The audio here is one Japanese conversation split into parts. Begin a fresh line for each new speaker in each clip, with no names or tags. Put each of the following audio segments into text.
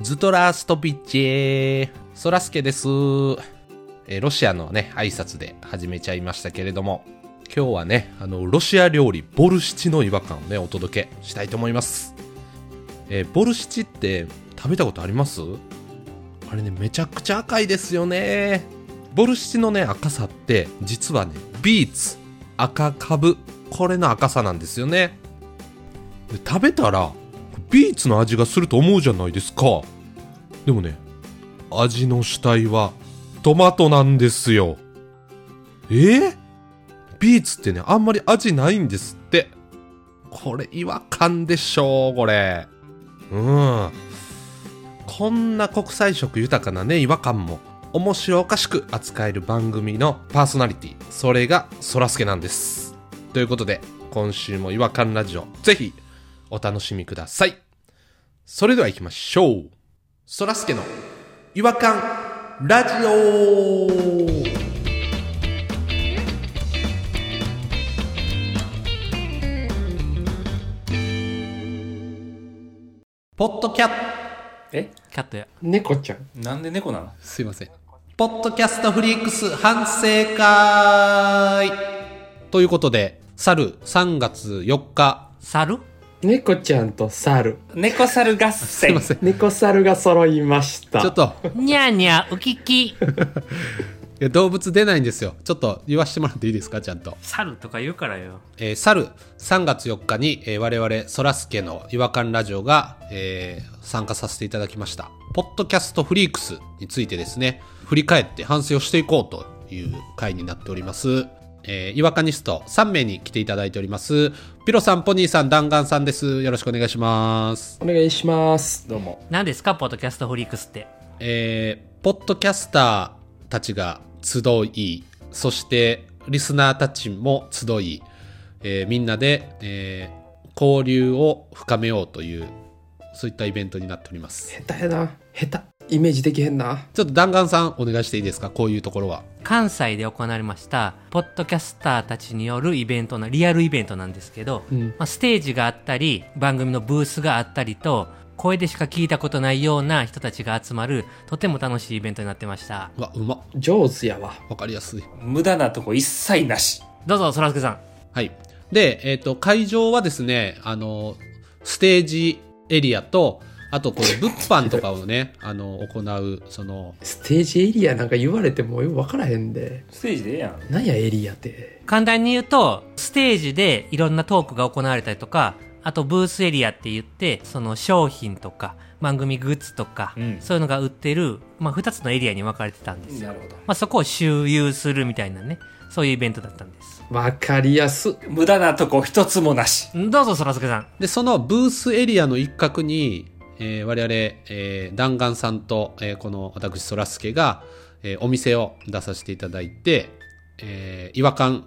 ズドラストビッチそらすけです。えーロシアのね、挨拶で始めちゃいましたけれども、今日はね、あの、ロシア料理、ボルシチの違和感をね、お届けしたいと思います。えーボルシチって食べたことありますあれね、めちゃくちゃ赤いですよね。ボルシチのね、赤さって、実はね、ビーツ、赤カブ、これの赤さなんですよね。で食べたらビーツの味がすると思うじゃないですかでもね味の主体はトマトなんですよえービーツってねあんまり味ないんですってこれ違和感でしょうこれうんこんな国際色豊かなね違和感も面白おかしく扱える番組のパーソナリティそれがそらすけなんですということで今週も違和感ラジオぜひお楽しみくださいそれでは行きましょうそらすけの違和感ラジオポッドキャ
え
キャットや。
猫ちゃん
なんで猫なの
すいません
ポッドキャストフリークス反省会ということで、去る3月4日、
猿
猫ちゃんと猿
猫猿合戦。
すいません。ち
猫猿が揃いました
ょっと、
にゃーに ゃー、ウキキ。
いや動物出ないんですよ。ちょっと言わせてもらっていいですか、ちゃんと。
猿とか言うからよ。
えー、去る3月4日に、えー我々、そらすけの違和感ラジオが、えー参加させていただきました。ポッドキャストフリークスについてですね、振り返って反省をしていこうという回になっております。えー、違和感ニスト3名に来ていただいております。ピロさん、ポニーさん、弾丸さんです。よろしくお願いします。
お願いしますどうも
何ですか、ポッドキャストフリークスって。
えーポッドキャスターたちが集い、そしてリスナーたちも集い、えーみんなで、えー交流を深めようという、そういったイベントになっております。
下手やな下手イメージできへんな
ちょっと弾丸さんお願いしていいですかこういうところは。
関西で行われました、ポッドキャスターたちによるイベントの、リアルイベントなんですけど、
ん
まあ、ステージがあったり、番組のブースがあったりと、声でしか聞いたことないような人たちが集まる、とても楽しいイベントになってました。
うわ、うま。
上手やわ
わかりやすい。
無駄なとこ一切なし。
どうぞ、そらすけさん。
はい。で、えっ、と、会場はですね、あの、ステージエリアと、あと、こう、物販とかをね、あの、行う、その、
ステージエリアなんか言われてもよく分からへんで
ステージでええやん。
なんやエリアって
簡単に言うと、ステージでいろんなトークが行われたりとか、あとブースエリアって言って、その商品とか、番組グッズとか、
うん
そういうのが売ってる、まあ、二つのエリアに分かれてたんですよ。
なるほど。
まあ、そこを周遊するみたいなね、そういうイベントだったんです。
分かりやす
無駄なとこ一つもなし。
どうぞ、そらすけさん。
で、そのブースエリアの一角に、えー我々、えー弾丸さんと、えーこの私、そらすけが、えーお店を出させていただいて、えー違和感、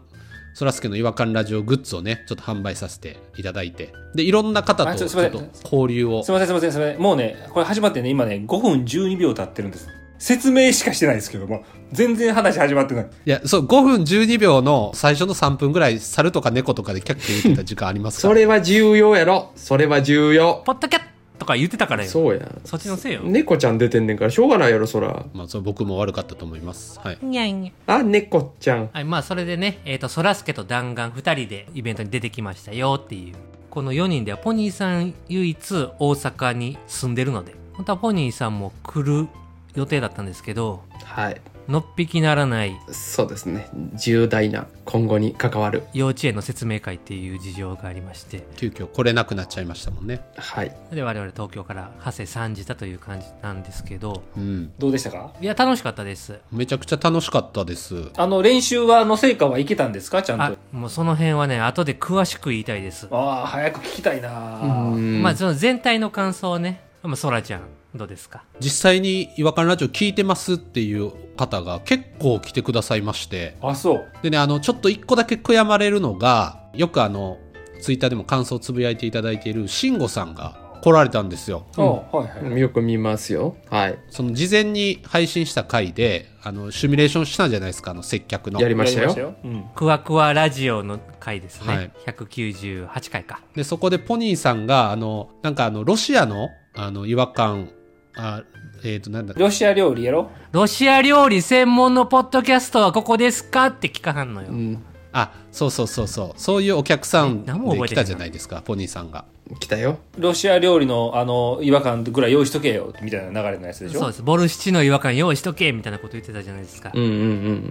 そらすけの違和感ラジオグッズをね、ちょっと販売させていただいて、で、いろんな方
あ
と
ち
ちょ
ょ
っ
すいません
と交流を
すい、ませんすいませんすいません。もうね、これ始まってね、今ね、5分12秒経ってるんです。説明しかしてないですけども、全然話始まってない。
いや、そう、5分12秒の最初の3分ぐらい、猿とか猫とかでキャッキャ言ってた時間ありますか
そ
ら。
れは重要やろそれは重要
ポッドキャッとか言ってたからよ。そ
そうや
っちのせいよ。
猫ちゃん出てんねんからしょうがないやろそら
まあ、それ僕も悪かったと思います。はい。
にゃんにゃん
あ猫ちゃん
はい、まあ、それでね、えっ、と、そらすけと弾丸二人でイベントに出てきましたよっていう。この4人では、ポニーさん唯一大阪に住んでるので、本当はポニーさんも来る予定だったんですけど、
はい
のっぴきならない
そうですね重大な今後に関わる
幼稚園の説明会っていう事情がありまして、
急遽来れなくなっちゃいましたもんね。
はい
で、我々東京から馳せ参じたという感じなんですけど、
うん。
どうでしたか
いや、楽しかったです。
めちゃくちゃ楽しかったです。
あの、練習は、の成果はいけたんですかちゃんと。
あ
あ、
もうその辺はね、後で詳しく言いたいです。
あー、早く聞きたいなー
うん
まあ、その全体の感想をね、まあ、そらちゃん、どうですか
実際に違和感ラジオ聞いてますっていう方が結構来てくださいまして。
あ、そう。
でね、あの、ちょっと一個だけ悔やまれるのが、よくあの、ツイッターでも感想をつぶやいていただいている慎吾さんが来られたんですよ。
あーはいはい。
よく見ますよ。はい。
その事前に配信した回で、あの、シミュレーションしたんじゃないですか、あの、接客の。
やりました
や
よ。
よ。うん。
クワクワラジオの回ですね。
はい
198回か。
で、そこでポニーさんが、あの、なんかあの、ロシアの、あの、違和感あ、えっ、と、なんだ
ロシア料理やろ
ロシア料理専門のポッドキャストはここですかって聞かはんのよ。
うん。
あ、そうそうそうそう。そういうお客さんで
え何も覚え
来
てない
たじゃないですか、ポニーさんが。
来たよ。
ロシア料理のあの違和感ぐらい用意しとけよみたいな流れのやつでしょ
そうです。ボルシチの違和感用意しとけみたいなこと言ってたじゃないですか
う。んうんう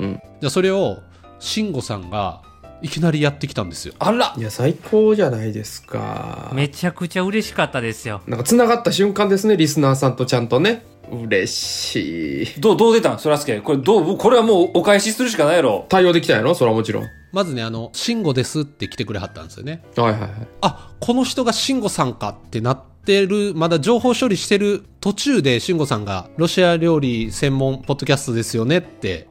ん
じゃあそれを、慎吾さんがいきなりやってきたんですよ。
あら
うん。いや、最高じゃないですか。
めちゃくちゃ嬉しかったですよ。
なんか繋がった瞬間ですね、リスナーさんとちゃんとね。嬉しい。
どうどう出たんそらすけこれどうこれはもうお返しするしかないやろ
対応できたんやろそれはもちろん。はい
まずね、あの、慎吾ですって来てくれはったんですよね。
はいはい。
あ、この人が慎吾さんかってなってる、まだ情報処理してる途中で慎吾さんが、ロシア料理専門ポッドキャストですよねって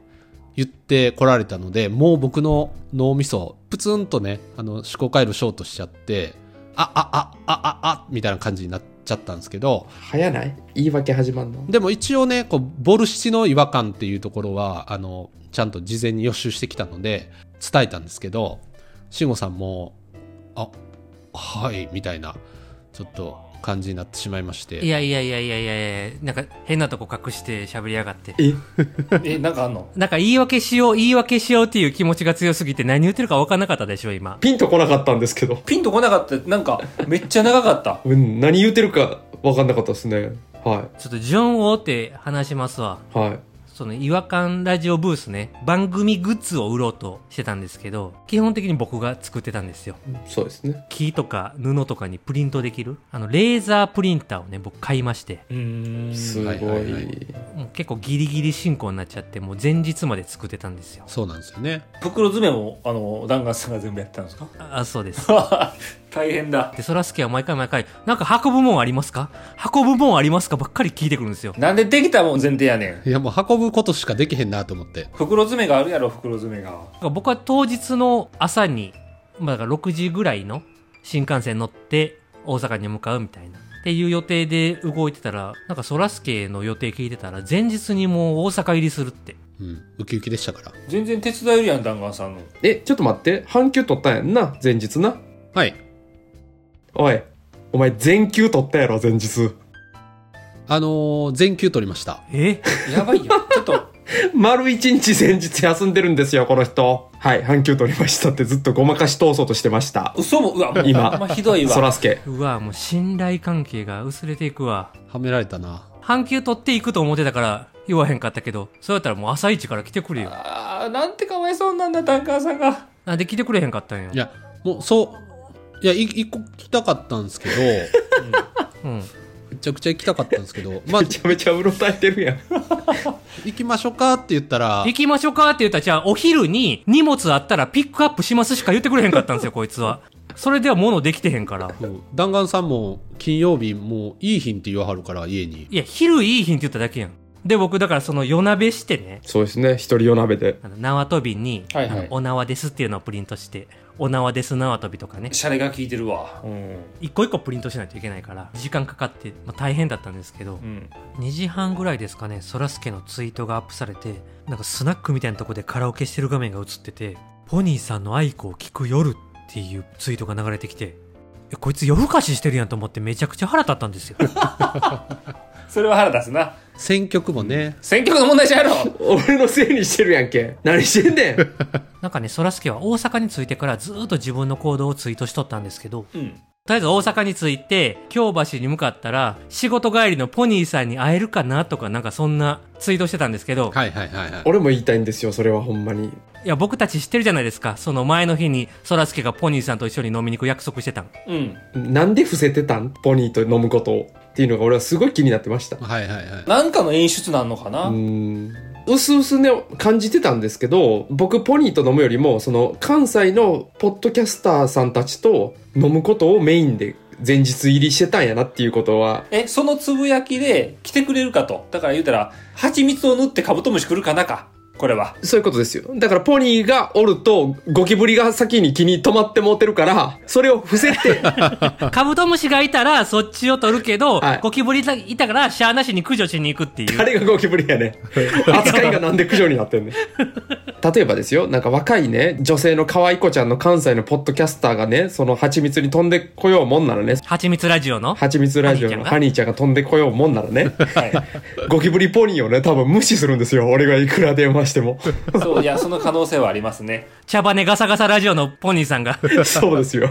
言ってこられたので、もう僕の脳みそ、プツンとね、あの、思考回路ショートしちゃって、あ、あ、あ、あ、あ、あ、みたいな感じになっちゃったんですけど、
早ない言い訳始まんの
でも一応ね、こう、ボルシチの違和感っていうところは、あの、ちゃんと事前に予習してきたので、伝えたんですけど、慎吾さんも、あ、はい、みたいな、ちょっと感じになってしまいまして。
いやいやいやいやいやいやなんか変なとこ隠して喋りやがって。
え
えなんかあんの
なんか言い訳しよう、言い訳しようっていう気持ちが強すぎて何言ってるか分かんなかったでしょ、今。
ピンとこなかったんですけど。
ピンとこなかったなんかめっちゃ長かった
うん、何言うてるか分かんなかったですね。は
ちょっと順を追って話しますわ。
い。はい。
その違和感ラジオブースね、番組グッズを売ろうとしてたんですけど、基本的に僕が作ってたんですよ。
そうですね。
木とか布とかにプリントできる、あの、レーザープリンターをね、僕買いまして、
うん
すごい。
はいはいはい
もう結構ギリギリ進行になっちゃって、もう前日まで作ってたんですよ。
そうなんですよね。
袋詰めもあの弾丸さんが全部やってたんですか
あ、あそうです。
大変だ
で、そらすけは毎回毎回、なんか運ぶもんありますか運ぶもんありますかばっかり聞いてくるんですよ。
なんでできたもん前提やねん
いや、もう運ぶことしかできへんなと思って。
袋詰めがあるやろ袋詰めが
僕は当日の朝に、まあ、だから6時ぐらいの新幹線乗って大阪に向かうみたいな。っていう予定で動いてたら、なんかそらすけの予定聞いてたら、前日にもう大阪入りするって。
うん、ウキウキでしたから。
全然手伝えるやん弾丸さんの
え、ちょっと待って。半休取ったんやんな前日な。
はい。
おい。お前、全休取ったやろ前日。
あのー、全休取りました。
え
やばいやん ちょっと
丸一日前日休んでるんですよ、この人。はい、半休取りましたってずっとごまかし通そうとしてました。
嘘もうわもう
今
ほんまひどい
そ
わ
らすけ。
うわ、もう信頼関係が薄れていくわ。
はめられたな。
半休取っていくと思ってたから、言わへんかったけど、そうやったらもう朝一から来てくれよ。
あーなんてかわいそうなんだ弾丸さんが
なんで来てくれへんかったんよ
い。や、もう、そう、いや、い一個来たかったんですけど、
うん。
めちゃくちゃ行きたかったんですけど、まあ
め、ちゃめちゃうろたえてるやん。
行きましょうかって言ったら、
行きましょうかって言ったら、じゃあお昼に荷物あったらピックアップしますしか言ってくれへんかったんですよ、こいつは。それでは物できてへんから。
うん弾丸さんも金曜日もういい品って言わはるから家に
いや、昼いい日にって言っただけやん。で、僕だからその夜鍋してね、
そうですね、一人夜鍋で。
あの縄跳びに、
はいはい
あのお縄ですっていうのをプリントして、お縄です縄跳びとかね、
シャレが効いてるわうん
一個一個プリントしないといけないから、時間かかって、まあ、大変だったんですけど
う、ん
2時半ぐらいですかね、そらすけのツイートがアップされて、なんかスナックみたいなとこでカラオケしてる画面が映ってて、ポニーさんの愛子を聞く夜っていうツイートが流れてきて、えこいつ夜更かししてるやんと思ってめちゃくちゃ腹立ったんですよ。
それは腹立つな
選曲もね、
選曲の問題じゃやろ
俺のせいにしてるやんけ。何してんねん。
なんかね、そらすけは大阪に着いてからずーっと自分の行動をツイートしとったんですけど、
うん
とりあえず大阪に着いて、京橋に向かったら、仕事帰りのポニーさんに会えるかなとか、なんかそんなツイートしてたんですけど、
はいはいはいはい
俺も言いたいんですよ、それはほんまに。
いや、僕たち知ってるじゃないですか。その前の日に、そらすけがポニーさんと一緒に飲みに行く約束してたん。
うん
なんで伏せてたんポニーと飲むことを。っていうのが俺はすごい気になってました。う
はいはいはい
なんかの演出なんのかな、
ーん。うすうすね、感じてたんですけど、僕、ポニーと飲むよりも、その、関西のポッドキャスターさんたちと飲むことをメインで前日入りしてたんやなっていうことは、
えそのつぶやきで来てくれるかとだから言うたら蜂蜜を塗ってカブトムシ来るかなかこれは
そういうことですよ。だから、ポニーがおると、ゴキブリが先に気に止まってもうてるから、それを伏せて、
カブトムシがいたら、そっちを取るけど、
はい
ゴキブリがいたから、シャアなしに駆除しに行くっていう。
誰がゴキブリやねん扱いがなんで苦情になってんねん例えばですよ、なんか若いね、女性の可愛い子ちゃんの関西のポッドキャスターがね、その蜂蜜に飛んでこようもんならね、
はちみつラジオの
蜂蜜ラジオのハ
ハ
ニーちゃんが飛んでこようもんならね、
はい。
ゴキブリポニーをね、多分無視するんですよ。俺がいくら電話しても。
そう、いや、その可能性はありますね。
茶羽ガサガサラジオのポニーさんが
そうですよ。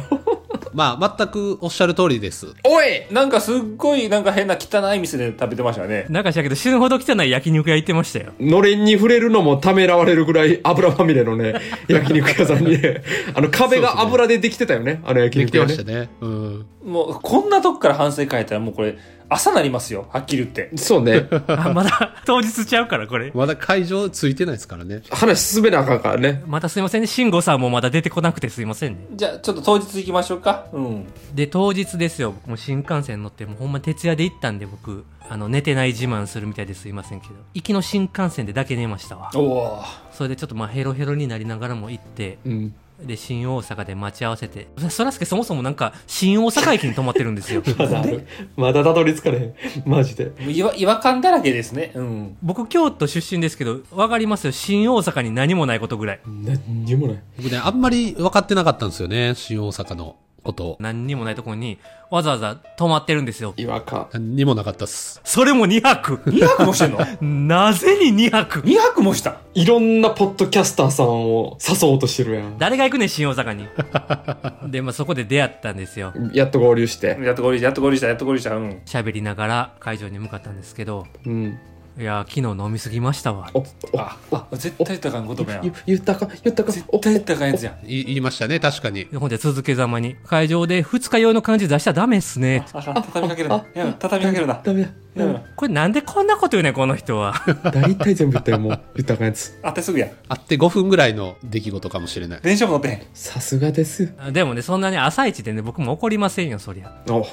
まあ、全くおっしゃる通りです。
おい
なんかすっごい、なんか変な汚い店で食べてましたね。
なんかしたけど死ぬほど汚い焼肉屋行ってましたよ
のれんに触れるのもためらわれるぐらい油まみれのね、焼肉屋さんにね、あの壁が油でできてたよね、あの焼
でき
肉
て
屋
ま
ね
した。ね。うん。
もう、こんなとこから反省会ったらもうこれ、朝なりますよ。はっきり言って。
そうね。
あまだ当日ちゃうからこれ
まだ会場ついてないですからね。
話進めなあかんからね。
またすいませんね慎吾さんもまだ出てこなくてすいませんね
じゃあ、ちょっと当日行きましょうか。うん。
で当日ですよもう新幹線乗ってもうほんま徹夜で行ったんで僕あの寝てない自慢するみたいですいませんけど行きの新幹線でだけ寝ましたわ
おおー。
それでちょっとまあヘロヘロになりながらも行って
うん。
で新大阪で待ち合わせてそらすけそもそもなんか新大阪駅に泊まってるん ですよ
まだある。まだたどり着かれへん。マジで。
もう違和違和感だらけですね。うん。
僕京都出身ですけどわかりますよ新大阪に何もないことぐらい
何にもない。
僕ね、あんまり分かってなかったんですよね。新大阪のことを。
何にもないところにわざわざ泊まってるんですよ
違和感。
何にもなかったっす。
それも2泊
2泊もしてんの
なぜに2泊
?2 泊もした
いろんなポッドキャスターさんを誘おうとしてるやん。
誰が行くねん新大阪にで、まあ、そこで出会ったんですよ
やっと合流して。
やっと合流した、やっと合流した、やっと合流した。うん。
喋りながら会場に向かったんですけど
うん。
いやー昨日飲みすぎましたわ
お、お、
あ、あ絶対言ったらあかん言葉やん。
ゆ言ったか、言ったか。
絶
お
対言ったらあかんやつやん。
い言いましたね、確かに。
ほんで続けざまに会場で2日用の漢字出したらダメっすね
あかん、畳みかけるな。やめろ、畳みかけるな。
ダメ
やめ
だ。
ろ。
これなんでこんなこと言うねんこの人は
大体全部言ったよ、もう。言ったかんやつ。
あってすぐや。
会って5分ぐらいの出来事かもしれない。
電車も乗ってへん。
さすがです。
あでもねそんなね朝一でね僕も怒りませんよそりゃ
お、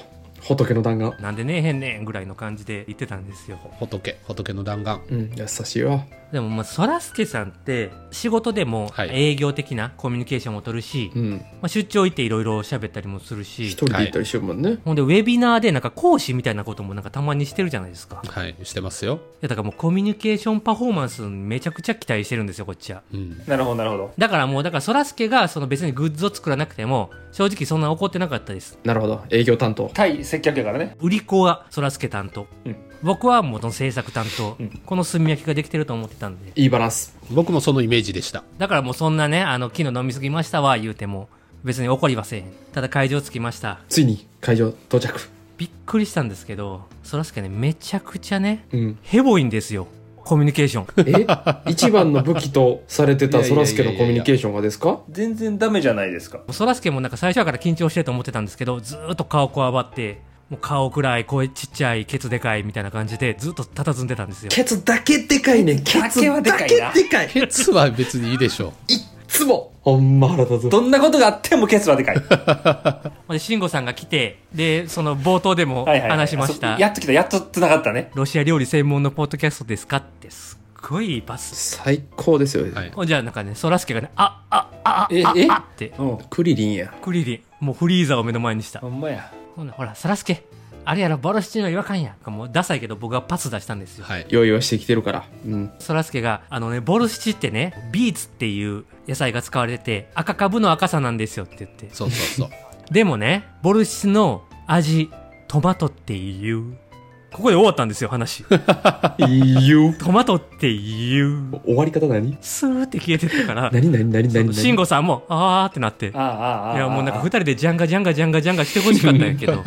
仏の弾丸。
なんでねえへんねんぐらいの感じで言ってたんですよ
仏、仏の弾丸。
うん、優しいわ。
でもまあそらすけさんって仕事でも
はい
営業的なコミュニケーションも取るし、
うん。
まあ、出張行っていろいろ喋ったりもする
一
し
人で行ったりしてるもんね。
ほんでウェビナーでなんか講師みたいなこともなんかたまにしてるじゃないですかい
はい、してますよ。
やだからもうコミュニケーションパフォーマンスにめちゃくちゃ期待してるんですよこっちは
うん。
なるほど、なるほど。
だからもうだからそらすけがその別にグッズを作らなくても正直そんな怒ってなかったです
なるほど。営業担当。
対接客やからね。
売り子はそらすけ担当、
うん
僕は元制作担当、
うん
この炭焼きができてると思ってたんで
いいバランス。
僕もそのイメージでした。
だからもうそんなねあの昨日飲みすぎましたわ言うても別に怒りはせえへんただ会場着きました
ついに会場到着。
びっくりしたんですけどそらすけねめちゃくちゃね
うん。
ヘボいんですよコミュニケーション
え一番の武器とされてた
い やい
そ
やいやいや
らすけのコミュニケーションがですか
全然ダメじゃないですか。
そらすけもなんか最初はから緊張してると思ってたんですけどずーっと顔こわばってもう顔くらい声ちっちゃいケツでかいみたいな感じでずっと佇んでたんですよ
ケツだけでかいねん。ケツだ
だけはでか
け
いな
でかい。
ケツは別にいいでしょ
いっつも。ほんま腹立つ。
どんなことがあってもケツはでかい。
で慎吾さんが来てでその冒頭でも
はいはい、はい。
話しました、
あそやっと来た、やっと繋がったね。
ロシア料理専門のポッドキャストですかってすっごいいいパス
最高ですよ。
う。はい。
ほんじゃあなんかねそらすけがねああああ
え
あ
え
あって
うん。
クリリンや。
クリリンもうフリーザーを目の前にした
ほんまや。
ほんならほらそらすけあれやろボロシチの違和感やもうダサいけど僕はパス出したんですよ
はい。
用意はしてきてるから。うん。
そらすけが、あのね、ボルシチってね、ビーツっていう野菜が使われてて、赤かぶの赤さなんですよって言って。
そうそうそう。
でもね、ボルシチの味、トマトっていう。ここで終わったんですよ、話。
いいよ。
トマトっていう。
終わり方何
スーって消えてったから、
何何何
そ
何
の
何
慎吾さんも、あーってなって。い
ああ、ああ、ああ。
や、もうなんか二人でジャンガジャンガジャンガジャンガしてほしかったんやけど、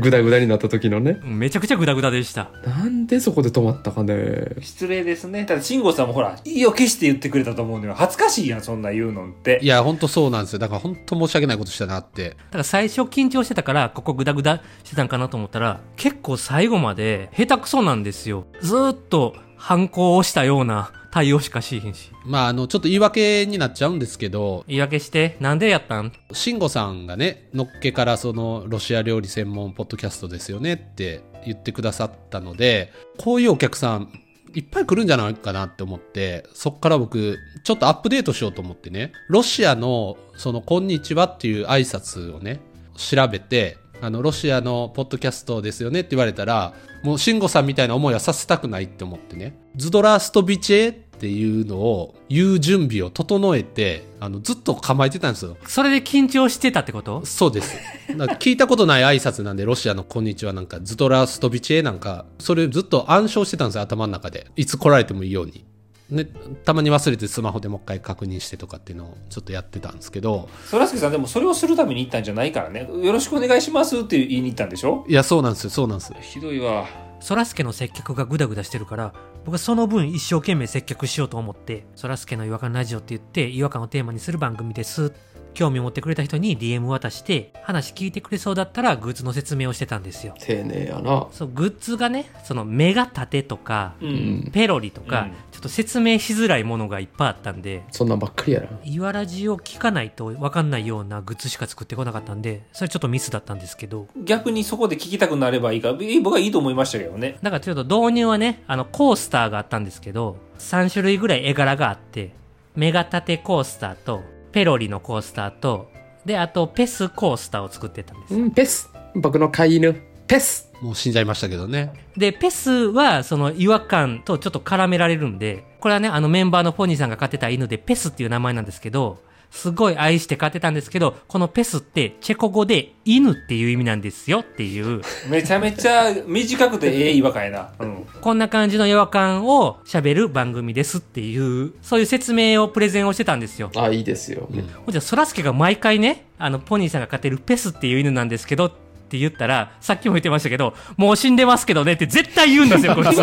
グダグダになった時のね。
めちゃくちゃグダグダでした。
なんでそこで止まったかね。
失礼ですね。ただ、慎吾さんもほら、意を決して言ってくれたと思うんだよ。恥ずかしいやん、そんな言うのって。
いや、ほんとそうなんですよ。だからほんと申し訳ないことしたなって。
だから最初緊張してたから、ここグダグダしてたんかなと思ったら、結構最後まで下手くそなんですよ。ずーっと反抗をしたような対応しかしへんし。
まあ、あの、ちょっと言い訳になっちゃうんですけど、
言い訳して、なんでやったん
慎吾さんがね、のっけからその、ロシア料理専門ポッドキャストですよねって言ってくださったので、こういうお客さん、いっぱい来るんじゃないかなって思って、そっから僕、ちょっとアップデートしようと思ってね、ロシアの、その、こんにちはっていう挨拶をね、調べて、あの、ロシアのポッドキャストですよねって言われたら、もう、慎吾さんみたいな思いはさせたくないって思ってね、ズドラストビチェっっていうのを言う準備を整えて、あの、ずっと構えてたんですよ。
それで緊張してたってこと
そうです。なんか聞いたことない挨拶なんで、ロシアのこんにちはなんか、ズトラストビチェなんか、それずっと暗唱してたんですよ、頭の中で。いつ来られてもいいように。ね、たまに忘れてスマホでもう一回確認してとかっていうのをちょっとやってたんですけど、
そらすけさんでもそれをするために行ったんじゃないからねよろしくお願いしますって言いに行ったんでしょ
いや、そうなんですよ、そうなんです。
ひどいわ
そらすけの接客がグダグダしてるから、僕はその分一生懸命接客しようと思って、そらすけの違和感ラジオって言って、違和感をテーマにする番組です。興味を持ってくれた人に DM 渡して、話聞いてくれそうだったらグッズの説明をしてたんですよ。
丁寧やな。
そう、グッズがね、その目が縦とか、
う、
うんん。
ペロリとか、
うん
ちょっと説明しづらいものがいっぱいあったんで、
そんなんばっかりやな。
イワラジを聞かないと分かんないようなグッズしか作ってこなかったんで、それちょっとミスだったんですけど、
逆にそこで聞きたくなればいいからえ僕はいいと思いましたけどね
だからちょっと導入はね、あの、コースターがあったんですけど、3種類ぐらい絵柄があって、メガタテコースターと、ペロリのコースターと、で、あと、ペスコースターを作ってたんです。
うん、ペス。僕の飼い犬。ペス。
もう死んじゃいましたけどね。
で、ペスは、その、違和感とちょっと絡められるんで、これはね、あのメンバーのポニーさんが飼ってた犬で、ペスっていう名前なんですけど、すごい愛して飼ってたんですけど、このペスって、チェコ語で、犬っていう意味なんですよっていう、
めちゃめちゃ短くてええ違和感やな、うん、
こんな感じの違和感を喋る番組ですっていう、そういう説明をプレゼンをしてたんですよ。
あ、いいですよ。
うん
ほんじゃ、そらすけが毎回ね、あの、ポニーさんが飼ってるペスっていう犬なんですけど、って言ったら、さっきも言ってましたけど、もう死んでますけどねって絶対言うんですよ、こいつ。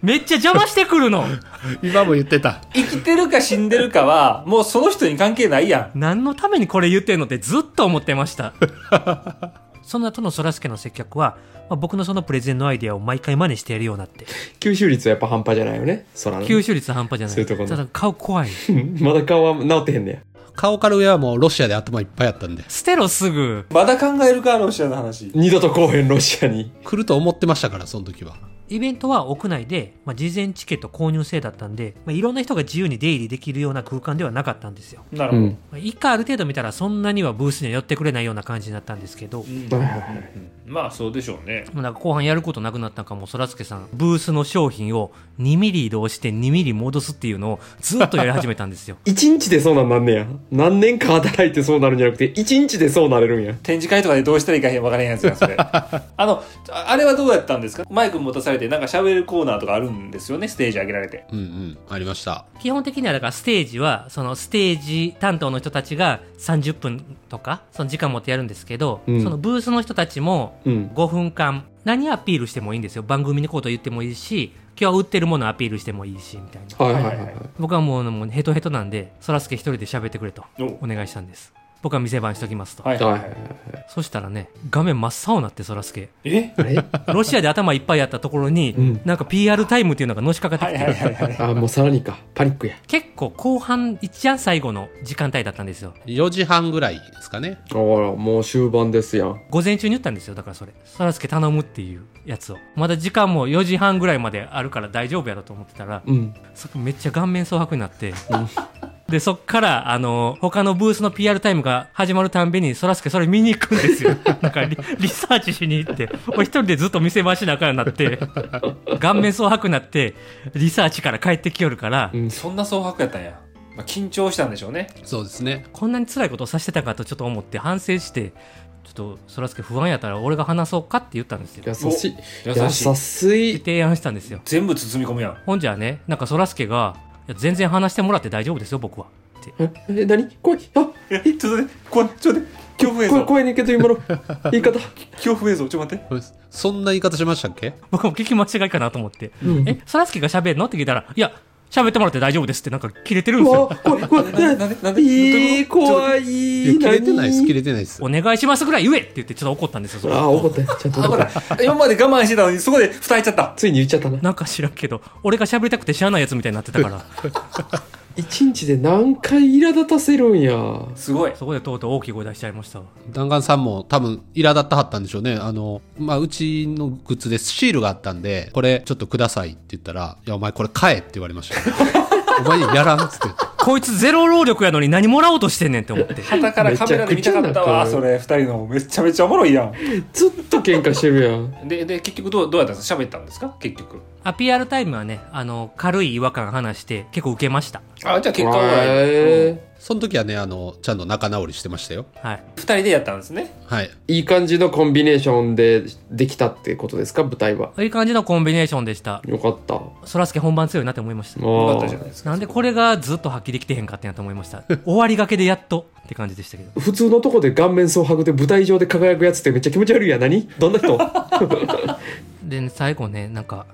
めっちゃ邪魔してくるの。
今も言ってた。
生きてるか死んでるかはもうその人に関係ないやん
何のためにこれ言ってんのってずっと思ってま した。その後のそらすけの接客は、まあ、僕のそのプレゼンのアイデアを毎回真似してやるようになって、
吸収率はやっぱ半端じゃないよね。空の。
吸収率半端じゃない。
そういうとこね
ただ顔怖い。
まだ顔は治ってへんねや。
顔から上はもうロシアで頭いっぱいあったんで、
捨てろすぐ。
まだ考えるかロシアの話
二度と来おへん、ロシアに。
来ると思ってましたから、その時は。
イベントは屋内で、まあ、事前チケット購入制だったんで、まあ、いろんな人が自由に出入りできるような空間ではなかったんですよ。
なる
う
ほど、
ん。
まあ、以下ある程度見たらそんなにはブースには寄ってくれないような感じになったんですけど、
うん
はいはいはい。。
まあそうでしょうね
もうなんか後半やることなくなったんかも、そらすけさん、ブースの商品を2ミリ移動して2ミリ戻すっていうのをずっとやり始めたんですよ
一日でそうなんなんねや。何年か働いてそうなるんじゃなくて、一日でそうなれるんや。
展示会とかでどうしたらいいかへん分からへんやつやそれ あのああれはどうやったんですかマイク持たされてなんか喋るコーナーとかあるんですよねステージ上げられて
うんうん、ありました。
基本的にはだからステージは、そのステージ担当の人たちが30分とか、その時間持ってやるんですけど、
うん
そのブースの人たちも
うん。
5分間、何アピールしてもいいんですよ。番組のこと言ってもいいし、今日売ってるものアピールしてもいいし、みたいな。
はいはいはいはい。
僕はもうもうヘトヘトなんで、そらすけ一人で喋ってくれと
お
お願いしたんです。僕は店番しときますと。
はい
はい
は
はい
い
は
はいい
そしたらね、画面真っ青になって、そらすけ。
え
あれ
ロシアで頭いっぱいあったところに、
うん
なんか PR タイムっていうのがのしかかってき
はい
て、
はいはいはい
あー、もうさらにか。パニックや。
結構後半、一番最後の時間帯だったんですよ。
4時半ぐらいですかね。
あら、もう終盤ですやん。
午前中に言ったんですよ、だからそれ。そらすけ頼むっていうやつを。まだ時間も4時半ぐらいまであるから大丈夫やろと思ってたら、
うん。
そこめっちゃ顔面蒼白になって、で、そっから、あの、他のブースの PR タイムが始まるたんびに、そらすけそれ見に行くんです よ。なんかリ、リサーチしに行って、俺一人でずっと見せ場しなあかんようになって、顔面蒼白になって、リサーチから帰ってきよるから、
うん。
そんな蒼白やったんや、まあ、緊張したんでしょうね
そうですね。
こんなに辛いことをさせてたかとちょっと思って反省して、ちょっと、そらすけ不安やったら俺が話そうかって言ったんですよ。
優しい。優
優しい
しい。
提案したんですよ。
全部包み込むやん
ほんじゃね、なんかそらすけが、いや全然話してもらって大丈夫ですよ、僕は。って。
え、え何怖い。あ、
えちょっと待ってこちょっと待って恐怖映
怖い
像
怖いねんけど、 今の言い方。
恐怖映像ちょっと待って
これそんな言い方しましたっけ
僕も聞き間違いかなと思って。
うん
え、そらすけが喋んのって聞いたら、いや、喋ってもらって大丈夫ですってなんか切れてるん
う
ですよ
わ。怖い怖い。
なんでなんでなんで
いい、
どういうこと
怖い。
いや切れてないです、切
れ
れてないです
お。願いしますぐらい言えって言ってちょっと怒ったんですよ、それ
あー、怒った。ちゃんと
あ
怒
ほ
った
ら。今まで我慢してたのにそこで蓋開いちゃった
ついに言っちゃったな。
なんか知らんけど、俺が喋りたくて知らないやつみたいになってたから、
一日で何回苛立たせるんや。
すごい
そこでとうとう大きい声出しちゃいましたわ。
弾丸さんも多分苛立ったはったんでしょうね。あの、まあ、うちのグッズでシールがあったんで、 これちょっとくださいって言ったら、いや、お前これ買えって言われました、ね。お前やらんっつって。
こいつゼロ労力やのに何もらおうとしてんねんって思って。
旗からカメラで見たかったわ
めちゃ
そ
くち
れ二人のめちゃめちゃおもろいや
ずっと喧嘩してるやん
んでで結局どうどうやったんですか喋ったんですか結局
あ、PR タイムはね、あの、軽い違和感話して結構受けました。
あじゃあ結果は
へー
その時はね、あの、ちゃんと仲直りしてましたよ。
はい。
二人でやったんですね
はい。
いい感じのコンビネーションでできたってことですか舞台はい
い感じのコンビネーションでした。
よかった
そらすけ本番強いなって思いました。
よか
も
ったじゃないですか
なんでこれがずっと発揮できてへんかってなと思いました。終わりがけでやっとって感じでしたけど。
う普通のとこで顔面蒼白で舞台上で輝くやつってめっちゃ気持ち悪いやん何どんな 人
で、最後ね、なんか、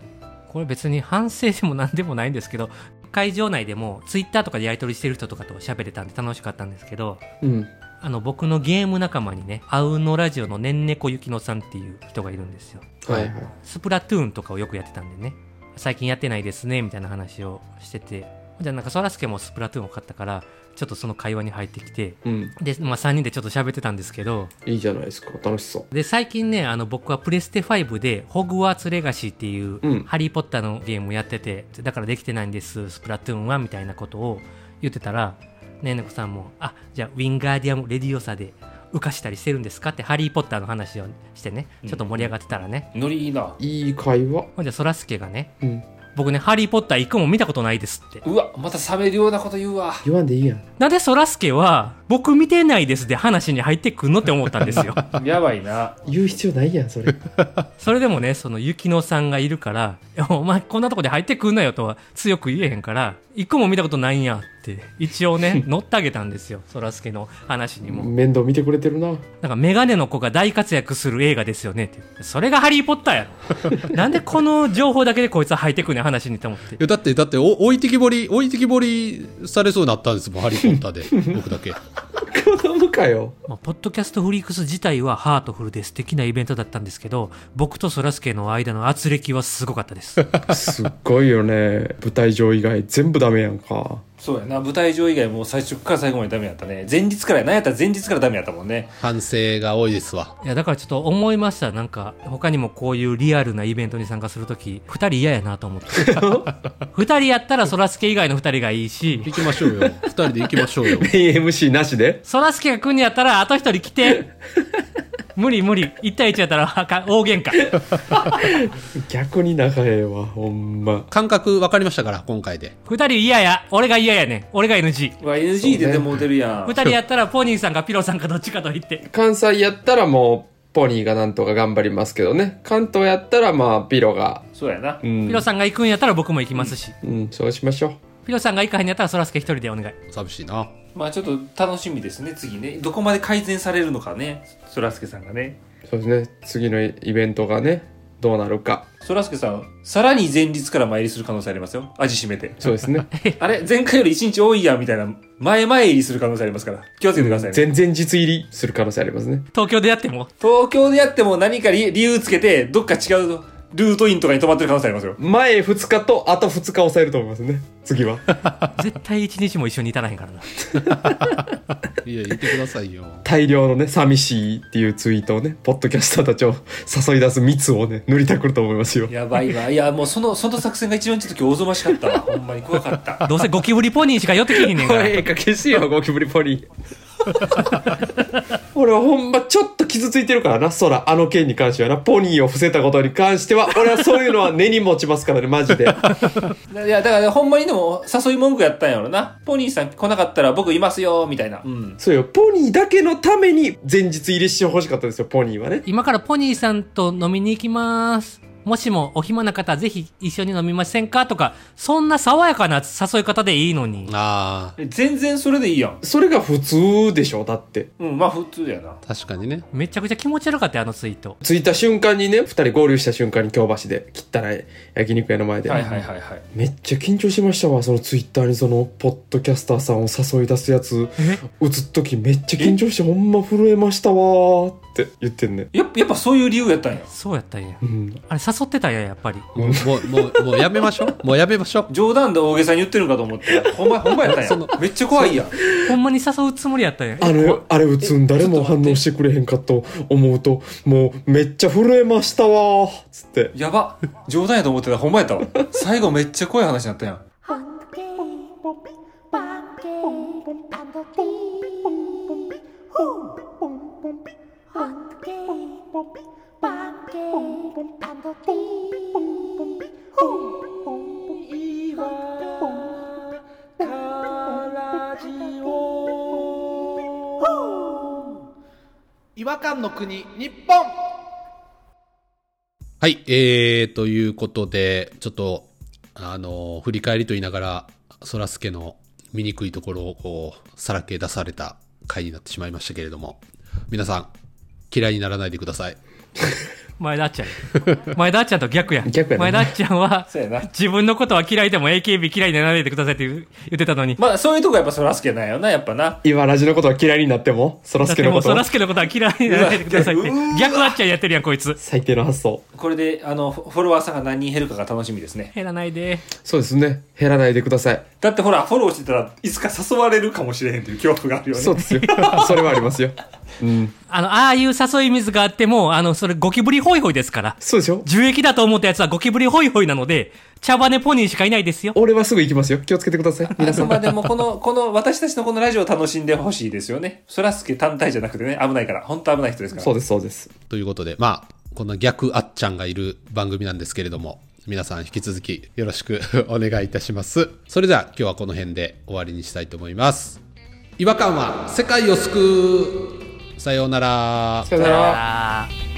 これ別に反省でも何でもないんですけど、会場内でもツイッターとかでやり取りしてる人とかと喋れたんで楽しかったんですけど、
うん
あの僕のゲーム仲間にね、アウノラジオのねんねこゆきのさんっていう人がいるんですよ。
はいはい
スプラトゥーンとかをよくやってたんでね、最近やってないですね、みたいな話をしてて、じゃあなんかそらすけもスプラトゥーンを買ったから、ちょっとその会話に入ってきて、
うん
で、まあ3人でちょっと喋ってたんですけど、
いいじゃないですか楽しそう
で、最近ね、あの僕はプレステ5で、ホグワーツレガシーっていう、
うん
ハリーポッターのゲームをやってて、だからできてないんです、スプラトゥーンは、みたいなことを言ってたら、ねえねこさんも、あ、じゃあ、ウィンガーディアム・レディオサで浮かしたりしてるんですかって、ハリーポッターの話をしてね、ちょっと盛り上がってたらね、
ノリいいない
い会話
ほんじゃ、そらすけがね、
うん
僕ね、ハリー・ポッター一個も見たことないですって。
うわまた冷めるようなこと言うわ
言わんでいいやん
なんでそらすけは、僕見てないですで話に入ってくんのって思ったんですよ。
やばいな
言う必要ないやんそれ
それでもね、その、ゆきのさんがいるから、いやお前こんなとこで入ってくんなよとは強く言えへんから、一個も見たことないんやって、一応ね、乗ってあげたんですよ。そらすけの話にも。
面倒見てくれてるな
なんか、メガネの子が大活躍する映画ですよねって。それがハリーポッターやろ。なんでこの情報だけでこいつは入ってくんねん話にと思って
い。やだって、だって、お置いてきぼり、置いてきぼりされそうになったんですもん、ハリー・ポッターで、僕だけ。
子供かよ
まあ、ポッドキャストフリークス自体はハートフルで素敵なイベントだったんですけど、僕とそらすけの間の圧力はすごかったです。
すっごいよね舞台上以外全部ダメやん か
そうやな舞台上以外もう最初から最後までダメやったね前日から何やったら前日からダメやったもんね
反省が多いですわ。
いや、だからちょっと思いました。なんか、他にもこういうリアルなイベントに参加するとき、二人嫌やなと思って。二人やったらそらすけ以外の二人がいいし、
行きましょうよ。二人で行きましょうよ。
AMC なしで
そらすけが来んのやったらあと一人来て、無理無理。一対一やったらあかん大喧嘩。
逆に仲ええわほんま
感覚分かりましたから、今回で。
二人嫌や。俺が嫌やねん。俺が NG。
うわ NG 出てもうてるや
二
ん
人やったらポニーさんかピロさんかどっちかと言って。
関西やったらもうポニーがなんとか頑張りますけどね関東やったらまあピロが
そうやな
うん
ピロさんが行くんやったら僕も行きますし。
うんそうしましょ
ピロさんが行かへんやったらそらすけ一人でお願い。
寂しいな。
まあちょっと楽しみですね次ねどこまで改善されるのかねそらすけさんがね
うそうですね次のイベントがねどうなるか
そらすけさんさらに前日から参りする可能性ありますよ味しめて
そうです ね
あれ前回より1日多いやんみたいな前々入りする可能性ありますから気をつけてくださいね
前々日入りする可能性ありますね
東京でやっても。
東京でやっても何か理理由つけてどっか違うルートインとかに泊まってる可能性ありますよ
前2日とあと2日抑えると思いますね次は
絶対一日も一緒にいたらへんからな。
いや、行ってくださいよ。
大量のね寂しいっていうツイートをねポッドキャスターたちを誘い出す蜜をね塗りたくると思いますよ
やばいわいやもうそのその作戦が一番ちょっと今日おぞましかったわほんまに怖かった
どうせゴキブリポニーしか寄ってきひんねん
お
か
い
ら。
ええか消しよゴキブリポニー 俺はほんまちょっと傷ついてるからなそらあの件に関してはなポニーを伏せたことに関しては俺はそういうのは根に持ちますからねマジで
いやだからほんまにでも誘い文句やったんやろなポニーさん来なかったら僕いますよみたいなうん
そうよポニーだけのために前日入りしてほしかったですよポニーはね
今からポニーさんと飲みに行きます。もしもお暇な方、ぜひ一緒に飲みませんかとか、そんな爽やかな誘い方でいいのに。
あ
全然それでいいやん
それが普通でしょだって
うんまあ普通やな
あ、確かにね。
めちゃくちゃ気持ち悪かったよあのツイート。
着いた瞬間にね2人合流した瞬間に京橋で切ったら焼肉屋の前で、
はいはいはいはい
めっちゃ緊張しましたわそのツイッターにそのポッドキャスターさんを誘い出すやつ
え
打つ時めっちゃ緊張してほんま震えましたわーって言ってんね
やっぱやっぱそういう理由やったんや
そうやったんや。
うん
あれ誘ってたんや、やっぱり。
もう、もう、もう、もうやめましょう。もうやめましょう。
冗談で大げさに言ってるんかと思ってほんまほんまやったん
その
やめっちゃ怖いやん
ほんまに誘うつもりやったんや。
あれあれ打つん誰
ちょ
も
っと
反
待って
応してくれへんかと思うともうめっちゃ震えましたわーっつって
やば冗談やと思ってたほんまやったわ最後めっちゃ怖い話になったやん
Humpty, Bumpy, Bumpy, Hungry,
違和感の国日本
はい、えー、ということで、ちょっと、あの、振り返りと言いながら、そらすけの醜いところをこう、さらけ出された回になってしまいましたけれども、皆さん、嫌いにならないでください。
前田あっちゃんや前田あっちゃんと逆やん
逆やな
前田あっちゃんは
そうやな
自分のことは嫌いでも AKB 嫌いにならないでくださいって言う言ってたのに
まあそういうとこやっぱそらすけなんよな、やっぱな。
今ラジのことは嫌いになっても、そら
だ
す
って
けの
も
こ
うそ
と
らすけのことは嫌いにならないでくださいって
うわ
逆あっちゃんやってるやんこいつ
最低の発想。
これで、あの、フォフォロワーさんが何人減るかが楽しみですね。
減らないで
そうですね。減らないでください。
だってほら、フォローしてたらいつか誘われるかもしれへんという恐怖があるよね。
そうです よ。それはありますよ。うん。
あのああいう誘い水があってもあのそれゴキブリホイホイですから
そうでしょ
樹液だと思ったやつはゴキブリホイホイなので茶羽ポニーしかいないですよ
俺はすぐ行きますよ。気をつけてください。皆
あ
さ
く
ん。
までもこの、この、私たちのこのラジオを楽しんでほしいですよね。そらすけ単体じゃなくてね、危ないから。本当危ない人ですから。
そうです、そうです。
ということで、まあ、この逆あっちゃんがいる番組なんですけれども、皆さん引き続きよろしくお願いいたします。それでは今日はこの辺で終わりにしたいと思います。違和感は世界を救うさようなら。
さよなら。
あー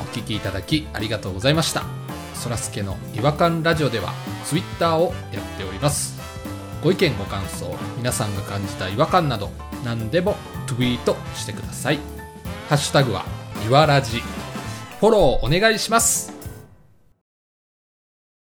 お聞きいただきありがとうございましたそらすけの違和感ラジオではツイッターをやっておりますご意見ご感想皆さんが感じた違和感など何でもツイートしてくださいハッシュタグはいわらじフォローお願いします